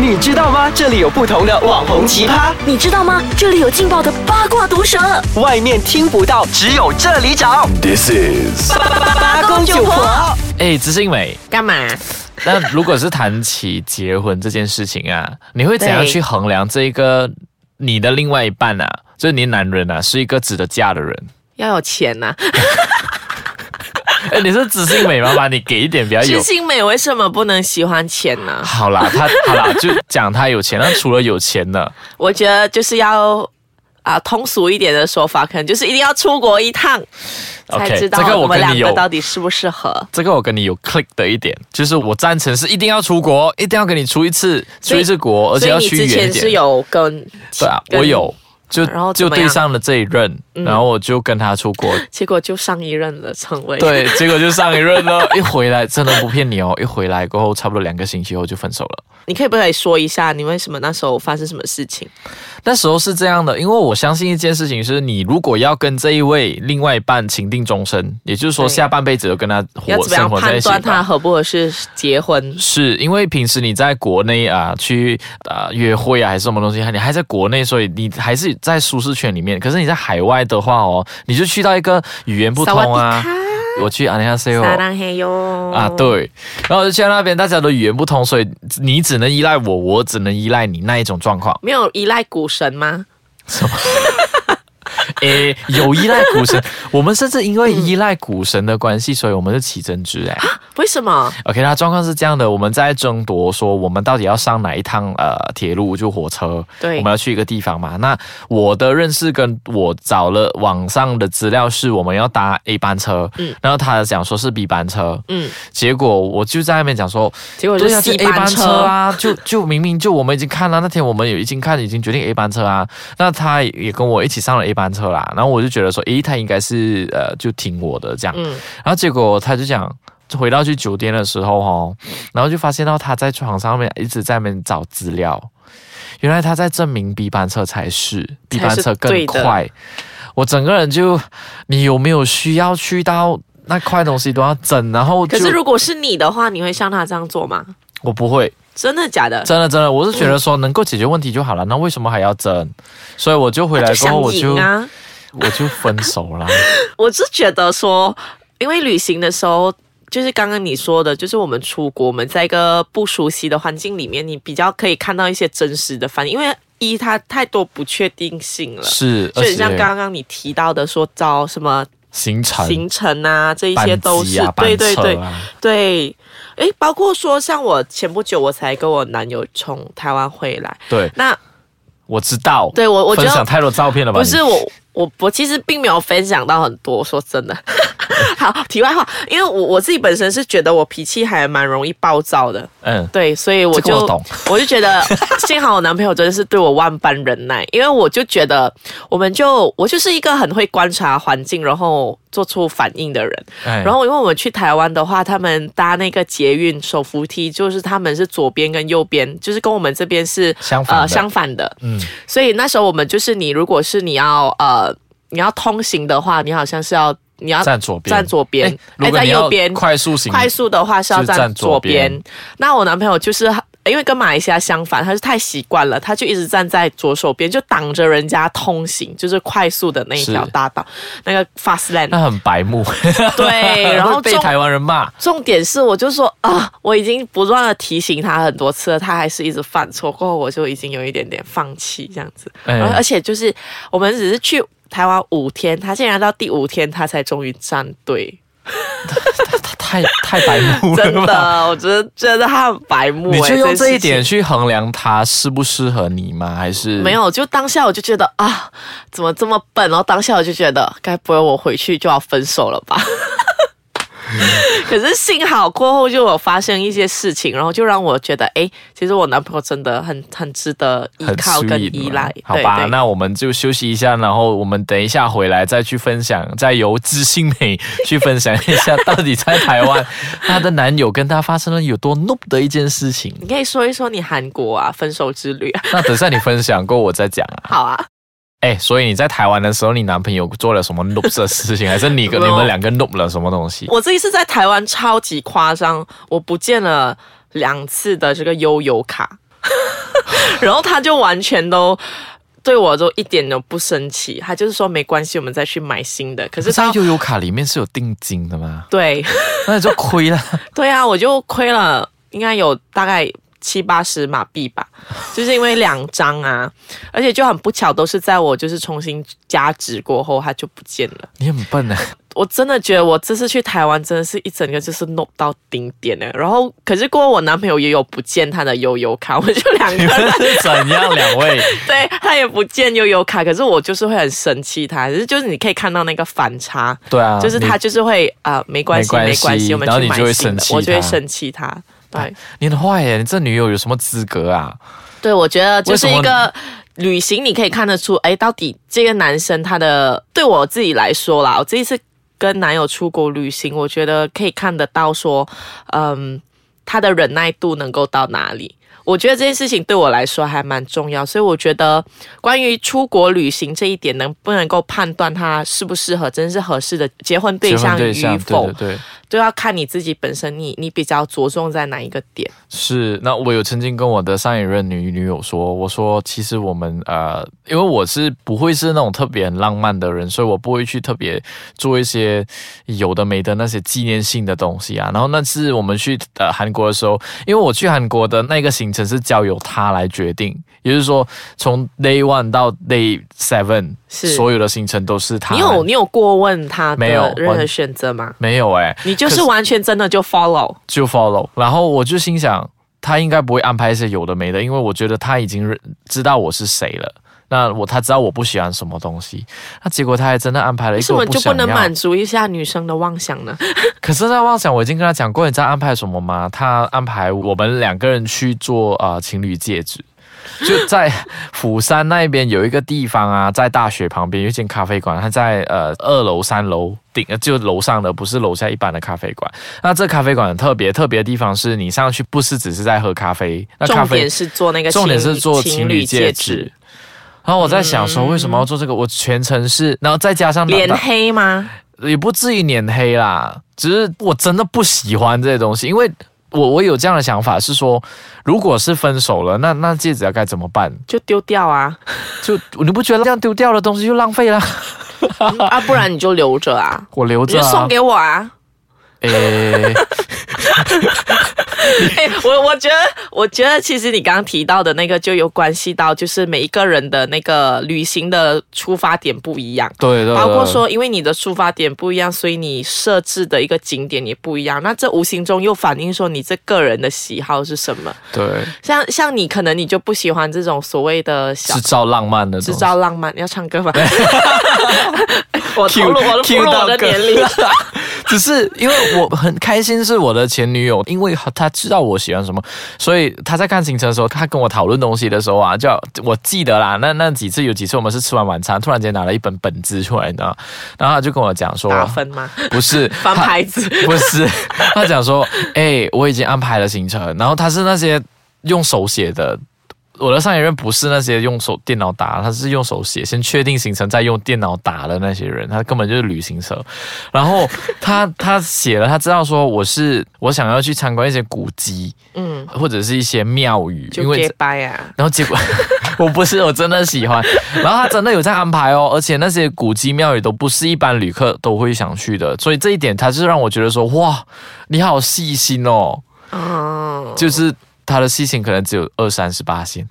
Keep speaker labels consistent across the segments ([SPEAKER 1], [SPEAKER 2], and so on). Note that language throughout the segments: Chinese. [SPEAKER 1] 你知道吗？这里有不同的网红奇葩，
[SPEAKER 2] 你知道吗？这里有劲爆的八卦毒舌，
[SPEAKER 1] 外面听不到，只有这里找。
[SPEAKER 3] This is
[SPEAKER 1] 八公九婆，
[SPEAKER 4] 哎，知性美，
[SPEAKER 5] 干嘛？
[SPEAKER 4] 那如果是谈起结婚这件事情 啊，你会怎样
[SPEAKER 5] 对
[SPEAKER 4] 去衡量这一个你的另外一半啊，就是你的男人啊，是一个值得嫁的人？
[SPEAKER 5] 要有钱呐、
[SPEAKER 4] 哎，你是知性美吗？把你给一点比较有
[SPEAKER 5] 知。性美为什么不能喜欢钱呢？
[SPEAKER 4] 好啦，他好啦，就讲他有钱。那除了有钱呢？
[SPEAKER 5] 我觉得就是要。啊，通俗一点的说法，可能就是一定要出国一趟
[SPEAKER 4] OK，
[SPEAKER 5] 才知
[SPEAKER 4] 这个
[SPEAKER 5] 道
[SPEAKER 4] 我
[SPEAKER 5] 我们
[SPEAKER 4] 跟
[SPEAKER 5] 两
[SPEAKER 4] 你
[SPEAKER 5] 个
[SPEAKER 4] 有
[SPEAKER 5] 到底适不适合。
[SPEAKER 4] 这个我跟你有 click 的一点，就是我赞成是一定要出国，一定要跟你出一次出
[SPEAKER 5] 所以
[SPEAKER 4] 一次国，而且要
[SPEAKER 5] 所以
[SPEAKER 4] 去
[SPEAKER 5] 你之
[SPEAKER 4] 远一
[SPEAKER 5] 前
[SPEAKER 4] 点
[SPEAKER 5] 是。有跟
[SPEAKER 4] 对啊，
[SPEAKER 5] 跟
[SPEAKER 4] 我有就
[SPEAKER 5] 然后怎
[SPEAKER 4] 就
[SPEAKER 5] 么
[SPEAKER 4] 对
[SPEAKER 5] 样嗯
[SPEAKER 4] 上了这一任，然后我就跟他出国，
[SPEAKER 5] 结果就上一任了，成 为
[SPEAKER 4] 对，结果就上一任了，一回来真的不骗你哦，一回来过后差不多两个星期后就分手了。
[SPEAKER 5] 你可以不可以说一下你为什么那时候发生什么事情？
[SPEAKER 4] 那时候是这样的，因为我相信一件事情是，你如果要跟这一位另外一半情定终身，也就是说
[SPEAKER 5] 对
[SPEAKER 4] 下半辈子都跟他
[SPEAKER 5] 要
[SPEAKER 4] 活
[SPEAKER 5] 怎么样
[SPEAKER 4] 生活在
[SPEAKER 5] 判
[SPEAKER 4] 一起
[SPEAKER 5] 断他
[SPEAKER 4] 吧。
[SPEAKER 5] 合不合适结婚？
[SPEAKER 4] 是因为平时你在国内啊去啊约会啊还是什么东西，你还在国内，所以你还是在舒适圈里面。可是你在海外的话哦，你就去到一个语言不通啊，我去安尼亚塞哦，
[SPEAKER 5] 当嘿哟
[SPEAKER 4] 啊，，对，然后我就去到那边，大家都语言不通，所以你只能依赖我，我只能依赖你那一种状 况。
[SPEAKER 5] 没有依赖股神吗？
[SPEAKER 4] 诶，有依赖股神，我们甚至因为依赖股神的关系，所以我们是起争执诶。
[SPEAKER 5] 为什么？
[SPEAKER 4] OK，那状况是这样的，我们在争夺说我们到底要上哪一趟呃铁路，就火车，
[SPEAKER 5] 对
[SPEAKER 4] 我们要去一个地方嘛。那我的认识跟我找了网上的资料是我们要搭 A 班车，
[SPEAKER 5] 嗯
[SPEAKER 4] 然后他讲说是 B 班车，
[SPEAKER 5] 嗯，
[SPEAKER 4] 结果我就在那边讲说，
[SPEAKER 5] 结果
[SPEAKER 4] 对
[SPEAKER 5] 就是
[SPEAKER 4] 呀，就
[SPEAKER 5] C
[SPEAKER 4] A 班
[SPEAKER 5] 班
[SPEAKER 4] 车啊，就就明明就我们已经看了，那天我们有已经看已经决定 A 班车啊，那他也跟我一起上了 A 班车啦，然后我就觉得说，诶，他应该是呃就听我的这样，
[SPEAKER 5] 嗯
[SPEAKER 4] 然后结果他就讲。回到去酒店的时候哦，然后就发现到他在床上面一直在那边找资料，原来他在证明 B 班车才是 B 班车更
[SPEAKER 5] 对的
[SPEAKER 4] 快，我整个人就，你有没有需要去到那块东西都要整，然后
[SPEAKER 5] 可
[SPEAKER 4] 就是
[SPEAKER 5] 如果是你的话，你会像他这样做吗？
[SPEAKER 4] 我不会，
[SPEAKER 5] 真的假的？
[SPEAKER 4] 真的真的，我是觉得说能够解决问题就好了，那为什么还要争？所以我就回来
[SPEAKER 5] 就
[SPEAKER 4] 过后
[SPEAKER 5] 想
[SPEAKER 4] 我就
[SPEAKER 5] 赢啊！
[SPEAKER 4] 我就分手 了。
[SPEAKER 5] 我是觉得说，因为旅行的时候，就是刚刚你说的，就是我们出国，我们在一个不熟悉的环境里面，你比较可以看到一些真实的反应，因为一它太多不确定性了。
[SPEAKER 4] 是，
[SPEAKER 5] 就
[SPEAKER 4] 而
[SPEAKER 5] 很
[SPEAKER 4] 且
[SPEAKER 5] 像刚刚你提到的，说招什么
[SPEAKER 4] 行程、
[SPEAKER 5] 行程啊，这一
[SPEAKER 4] 班
[SPEAKER 5] 些
[SPEAKER 4] 级
[SPEAKER 5] 都是、
[SPEAKER 4] 啊、
[SPEAKER 5] 对
[SPEAKER 4] 班
[SPEAKER 5] 对
[SPEAKER 4] 车
[SPEAKER 5] 对
[SPEAKER 4] 啊
[SPEAKER 5] 对，诶，包括说像我前不久我才跟我男友从台湾回来，
[SPEAKER 4] 对，
[SPEAKER 5] 那
[SPEAKER 4] 我知道。
[SPEAKER 5] 对我我觉
[SPEAKER 4] 分享
[SPEAKER 5] 得
[SPEAKER 4] 太多照片了吧？
[SPEAKER 5] 不
[SPEAKER 4] 你
[SPEAKER 5] 是我我我其实并没有分享到很多，说真的。 好，题外话，因为我我自己本身是觉得我脾气还蛮容易暴躁的，
[SPEAKER 4] 嗯，
[SPEAKER 5] 对，所以我
[SPEAKER 4] 这个
[SPEAKER 5] 就
[SPEAKER 4] 我懂
[SPEAKER 5] 我就觉得幸好我男朋友真的是对我万般忍耐，因为我就觉得我们就我就是一个很会观察环境，然后做出反应的人。
[SPEAKER 4] 哎
[SPEAKER 5] 然后因为我们去台湾的话，他们搭那个捷运手扶梯，就是他们是左边跟右边，就是跟我们这边是
[SPEAKER 4] 相反的
[SPEAKER 5] 呃相反的。
[SPEAKER 4] 嗯，
[SPEAKER 5] 所以那时候我们就是你，如果是你要呃你要通行的话，你好像是要你要
[SPEAKER 4] 站左边，
[SPEAKER 5] 站左边
[SPEAKER 4] 哎，如果
[SPEAKER 5] 在
[SPEAKER 4] 你要
[SPEAKER 5] 右边
[SPEAKER 4] 快速行，
[SPEAKER 5] 快速的话是要
[SPEAKER 4] 就站
[SPEAKER 5] 站左边。
[SPEAKER 4] 左
[SPEAKER 5] 那我男朋友就是因为跟马来西亚相反，他是太习惯了，他就一直站在左手边，就挡着人家通行，就是快速的那一条
[SPEAKER 4] 是
[SPEAKER 5] 大道，那个 fast lane。
[SPEAKER 4] 那很白 目。
[SPEAKER 5] 对，哎然后
[SPEAKER 4] 会被
[SPEAKER 5] 重
[SPEAKER 4] 台湾人骂，
[SPEAKER 5] 重点是，我就说啊，我已经不断的提醒他很多次了，他还是一直犯错。过后我就已经有一点点放弃这样子，
[SPEAKER 4] 哎
[SPEAKER 5] 然后而且就是我们只是去台湾五天，他竟然到第五天他才终于站队，
[SPEAKER 4] 他太太白目
[SPEAKER 5] 真
[SPEAKER 4] 了吧？
[SPEAKER 5] 的，我觉得觉得他很白目、
[SPEAKER 4] 你
[SPEAKER 5] 欸。
[SPEAKER 4] 就用这一
[SPEAKER 5] 件事情
[SPEAKER 4] 点去衡量他适不适合你吗？还是
[SPEAKER 5] 没？有，就当下我就觉得啊，怎么这么笨？然后当下我就觉得，该不会我回去就要分手了吧？ 可是幸好过后就有发生一些事情，然后就让我觉得，哎，其实我男朋友真的很很值得依
[SPEAKER 4] 很
[SPEAKER 5] 靠
[SPEAKER 4] sweet
[SPEAKER 5] 跟
[SPEAKER 4] 嘛
[SPEAKER 5] 依赖。
[SPEAKER 4] 好
[SPEAKER 5] 对
[SPEAKER 4] 吧，
[SPEAKER 5] 对
[SPEAKER 4] 那我们就休息一下，然后我们等一下回来再去分享，再由知性美去分享一下到底在台湾她的男友跟她发生了有多 noob 的一件事情。
[SPEAKER 5] 你可以说一说你韩国啊分手之旅 啊，
[SPEAKER 4] 那等下你分享过，我再讲啊。
[SPEAKER 5] 好啊，
[SPEAKER 4] 哎，所以你在台湾的时候，你男朋友做了什么 noob 的事情，还是你 跟
[SPEAKER 5] 没
[SPEAKER 4] 你
[SPEAKER 5] 有
[SPEAKER 4] 们两个 noob 了什么东西？
[SPEAKER 5] 我这一次在台湾超级夸张，我不见了两次的这个悠游卡。 然后他就完全都。对我都一点都不生气，他就是说没关系，我们再去买新的。可是
[SPEAKER 4] 在
[SPEAKER 5] 他
[SPEAKER 4] 悠游卡里面是有定金的吗？
[SPEAKER 5] 对
[SPEAKER 4] 那你就亏了。
[SPEAKER 5] 对啊，我就亏了，应该有大概七八十马币吧，就是因为两张啊，而且就很不巧，都是在我就是重新加值过后，它就不见了。
[SPEAKER 4] 你很笨 啊！
[SPEAKER 5] 我真的觉得我这次去台湾真的是一整个就是 n o 到顶点了。然后，可是过后我男朋友也有不见他的悠游卡，我就两个
[SPEAKER 4] 你
[SPEAKER 5] 人
[SPEAKER 4] 们是怎样两位？
[SPEAKER 5] 对他也不见悠游卡，可是我就是会很生气他，可是就是你可以看到那个反差，
[SPEAKER 4] 对啊，
[SPEAKER 5] 就是他就是会啊、呃没关系
[SPEAKER 4] 没关
[SPEAKER 5] 没
[SPEAKER 4] 系
[SPEAKER 5] 关系，我们
[SPEAKER 4] 然后
[SPEAKER 5] 去
[SPEAKER 4] 你
[SPEAKER 5] 买
[SPEAKER 4] 就会
[SPEAKER 5] 新的
[SPEAKER 4] 生，气
[SPEAKER 5] 我就会
[SPEAKER 4] 他
[SPEAKER 5] 生气他。对
[SPEAKER 4] 你很坏耶！你这女友有什么资格啊？
[SPEAKER 5] 对，我觉得就
[SPEAKER 4] 为
[SPEAKER 5] 是
[SPEAKER 4] 什么
[SPEAKER 5] 一个旅行，你可以看得出，哎，到底这个男生他的对我自己来说啦，我这一次跟男友出国旅行，我觉得可以看得到说，嗯，他的忍耐度能够到哪里。我觉得这件事情对我来说还蛮重要，所以我觉得关于出国旅行这一点，能不能够判断他适不适合，真是合适的结婚对
[SPEAKER 4] 结婚
[SPEAKER 5] 象
[SPEAKER 4] 对
[SPEAKER 5] 与
[SPEAKER 4] 象，对
[SPEAKER 5] 否，
[SPEAKER 4] 对对。
[SPEAKER 5] 都要看你自己本身你，你比较着重在哪一个点。
[SPEAKER 4] 是，那我有曾经跟我的上一任女女友说，我说其实我们呃，因为我是不会是那种特别很浪漫的人，所以我不会去特别做一些有的没的那些纪念性的东西啊。然后那次我们去呃韩国的时候，因为我去韩国的那个行程是交由他来决定，也就是说从 day one 到 day seven，
[SPEAKER 5] 是
[SPEAKER 4] 所有的行程都是他
[SPEAKER 5] 你
[SPEAKER 4] 来。
[SPEAKER 5] 有你有过问他
[SPEAKER 4] 没有
[SPEAKER 5] 的任何
[SPEAKER 4] 完
[SPEAKER 5] 选择吗？
[SPEAKER 4] 没有哎、
[SPEAKER 5] 你就
[SPEAKER 4] 可
[SPEAKER 5] 是
[SPEAKER 4] 是
[SPEAKER 5] 完全真的就 follow，
[SPEAKER 4] 就 follow，然后我就心想，他应该不会安排一些有的没的，因为我觉得他已经认知道我是谁了。那我他知道我不喜欢什么东西，那结果他还真的安排了一
[SPEAKER 5] 为
[SPEAKER 4] 个
[SPEAKER 5] 什
[SPEAKER 4] 我
[SPEAKER 5] 么
[SPEAKER 4] 不
[SPEAKER 5] 就不
[SPEAKER 4] 想
[SPEAKER 5] 能
[SPEAKER 4] 要。
[SPEAKER 5] 满足一下女生的妄想呢？
[SPEAKER 4] 可是在妄想，我已经跟他讲过你在安排什么吗？他安排我们两个人去做啊、呃情侣戒指。就在釜山那边有一个地方啊， 在大学旁边有一间咖啡馆，它在呃二楼、三楼顶，呃就楼上的，不是楼下一般的咖啡馆。那这咖啡馆很特别，特别的地方是你上去不是只是在喝咖啡，那咖
[SPEAKER 5] 重
[SPEAKER 4] 啡
[SPEAKER 5] 点是做那个情
[SPEAKER 4] 重
[SPEAKER 5] 侣，
[SPEAKER 4] 点是做情侣戒指
[SPEAKER 5] 指，。
[SPEAKER 4] 然后我在想说，为什么要做这个？我全程是，然后再加上
[SPEAKER 5] 脸
[SPEAKER 4] 那
[SPEAKER 5] 黑吗？
[SPEAKER 4] 也不至于脸黑啦，只是我真的不喜欢这些东西，因为我我有这样的想法是说，如果是分手了，那那戒指要该怎么办？
[SPEAKER 5] 就丢掉 啊
[SPEAKER 4] 就你不觉得这样丢掉的东西就浪费啦？
[SPEAKER 5] 啊，不然你就留着啊，
[SPEAKER 4] 我留
[SPEAKER 5] 你
[SPEAKER 4] 着、
[SPEAKER 5] 就
[SPEAKER 4] 啊，
[SPEAKER 5] 送给我啊。
[SPEAKER 4] 诶，
[SPEAKER 5] 哎，我我觉得，我觉得其实你刚刚提到的那个就有关系到，就是每一个人的那个旅行的出发点不一样。
[SPEAKER 4] 对对对，
[SPEAKER 5] 包括说，因为你的出发点不一样，所以你设置的一个景点也不一样。那这无形中又反映说你这个人的喜好是什么。
[SPEAKER 4] 对
[SPEAKER 5] 像像你可能你就不喜欢这种所谓的小
[SPEAKER 4] 制造浪漫的东西
[SPEAKER 5] 制造浪漫，你要唱歌吗？ 我透
[SPEAKER 4] Cue-
[SPEAKER 5] 露我的透
[SPEAKER 4] cue
[SPEAKER 5] 露我
[SPEAKER 4] 到
[SPEAKER 5] 的
[SPEAKER 4] 歌
[SPEAKER 5] 年 龄。
[SPEAKER 4] 只是因为我很开心，是我的前女友，因为她知道我喜欢什么，所以她在看行程的时候，她跟我讨论东西的时候啊，就我记得啦，那那几次有几次我们是吃完晚餐，突然间拿了一本本子出来，你知道吗，然后她就跟我讲说，
[SPEAKER 5] 打分吗？
[SPEAKER 4] 不是
[SPEAKER 5] 翻
[SPEAKER 4] 她
[SPEAKER 5] 牌子。
[SPEAKER 4] 不是，他讲说，哎、我已经安排了行程，然后他是那些用手写的。我的上一任不是那些用手电脑打，他是用手写，先确定行程再用电脑打的那些人，他根本就是旅行社。然后他他写了，他知道说我是我想要去参观一些古迹
[SPEAKER 5] 嗯，
[SPEAKER 4] 或者是一些庙宇， 因
[SPEAKER 5] 就
[SPEAKER 4] 为
[SPEAKER 5] g 拜啊。
[SPEAKER 4] 然后结果 我不是我真的喜欢，然后他真的有在安排哦，而且那些古迹庙宇都不是一般旅客都会想去的，所以这一点他是让我觉得说哇，你好细心哦，
[SPEAKER 5] 哦，
[SPEAKER 4] 就是他的细心可能只有二三十八线，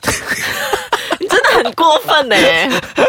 [SPEAKER 5] 你真的很过分呢、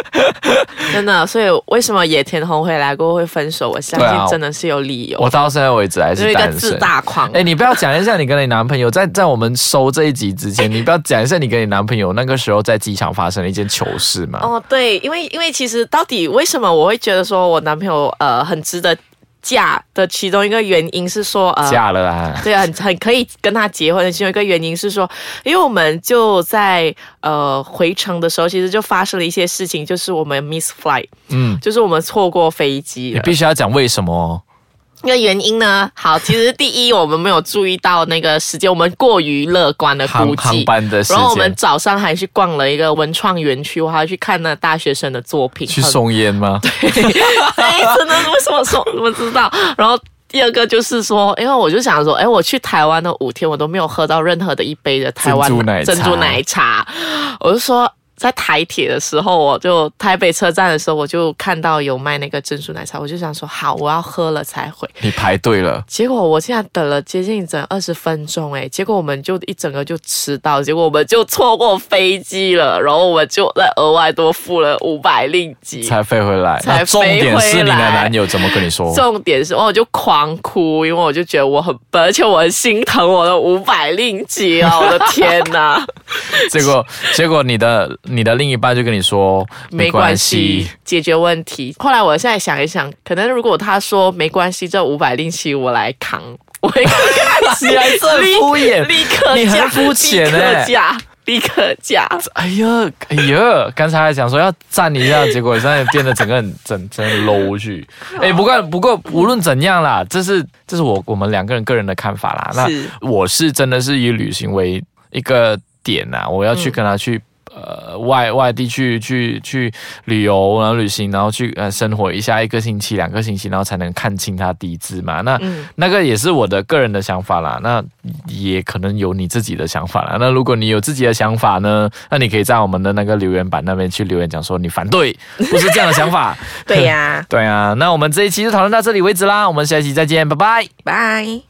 [SPEAKER 5] 真的，所以为什么野田红回来过后会分手？我相
[SPEAKER 4] 对啊
[SPEAKER 5] 信真的是有理由，
[SPEAKER 4] 我到现在为止还
[SPEAKER 5] 就是一个
[SPEAKER 4] 单
[SPEAKER 5] 自
[SPEAKER 4] 身。
[SPEAKER 5] 大狂。啊
[SPEAKER 4] 哎，你不要讲一下你跟你男朋友在在我们收这一集之前，你不要讲一下你跟你男朋友那个时候在机场发生的一件糗事吗？
[SPEAKER 5] 哦，对，因为因为其实到底为什么我会觉得说我男朋友呃很值得嫁的其中一个原因是说呃。
[SPEAKER 4] 嫁了啊啦，
[SPEAKER 5] 对，很很可以跟他结婚的其中一个原因是说，因为我们就在呃回程的时候，其实就发生了一些事情，就是我们 miss flight，
[SPEAKER 4] 嗯，
[SPEAKER 5] 就是我们错过飞机
[SPEAKER 4] 你
[SPEAKER 5] 了。
[SPEAKER 4] 必须要讲为什么哦。
[SPEAKER 5] 那原因呢？好，其实第一我们没有注意到那个时间，我们过于乐观的
[SPEAKER 4] 航
[SPEAKER 5] 估
[SPEAKER 4] 航
[SPEAKER 5] 计。
[SPEAKER 4] 班的时
[SPEAKER 5] 然后我们
[SPEAKER 4] 间
[SPEAKER 5] 早上还去逛了一个文创园区，我还去看那大学生的作品，
[SPEAKER 4] 去
[SPEAKER 5] 很
[SPEAKER 4] 送烟吗？
[SPEAKER 5] 哎，真的为什么说我不知道？然后第二个就是说，因为我就想说，哎，我去台湾的五天，我都没有喝到任何的一杯的台湾
[SPEAKER 4] 珍珠奶茶
[SPEAKER 5] 珍珠奶茶。我就说，在台铁的时候，我就台北车站的时候，我就看到有卖那个珍珠奶茶，我就想说，好，我要喝了才回。
[SPEAKER 4] 你排队了，
[SPEAKER 5] 结果我竟然等了接近整二十分钟，哎，结果我们就一整个就迟到，结果我们就错过飞机了，然后我们就再额外多付了五百令吉。
[SPEAKER 4] 才飞回来。
[SPEAKER 5] 才
[SPEAKER 4] 那重点是你
[SPEAKER 5] 飞
[SPEAKER 4] 的
[SPEAKER 5] 回来
[SPEAKER 4] 男友怎么跟你说？
[SPEAKER 5] 重点是，哦我就狂哭，因为我就觉得我很笨，而且我很心疼我的五百令吉哦，我的天 哪！
[SPEAKER 4] 结果结果你的你的另一半就跟你说
[SPEAKER 5] 没关系，解决问题。后来我现在想一想，可能如果他说没关系，这五百令吉我来扛，我 会开心，
[SPEAKER 4] 你还真
[SPEAKER 5] 立
[SPEAKER 4] 敷衍
[SPEAKER 5] 立刻
[SPEAKER 4] 你很
[SPEAKER 5] 嫁
[SPEAKER 4] 肤浅
[SPEAKER 5] 立
[SPEAKER 4] 欸
[SPEAKER 5] 刻嫁，立刻嫁。
[SPEAKER 4] 哎呀，哎呀，刚才还想说要赞你一下，结果现在变得整个很整整个 low 去。哎，不过不过无论怎样啦，这是这是我我们两个人个人的看法啦。那
[SPEAKER 5] 是
[SPEAKER 4] 我是真的是以旅行为一个点呐、我要去跟他去。呃，外外地去去去旅游，然后旅行，然后去呃生活一下一个星期、两个星期，然后才能看清他底子嘛。那、那个也是我的个人的想法啦。那也可能有你自己的想法啦。那如果你有自己的想法呢，那你可以在我们的那个留言板那边去留言讲说你反对，不是这样的想法。
[SPEAKER 5] 对呀、
[SPEAKER 4] 对啊，那我们这一期就讨论到这里为止啦，我们下一期再见，拜拜。
[SPEAKER 5] 拜。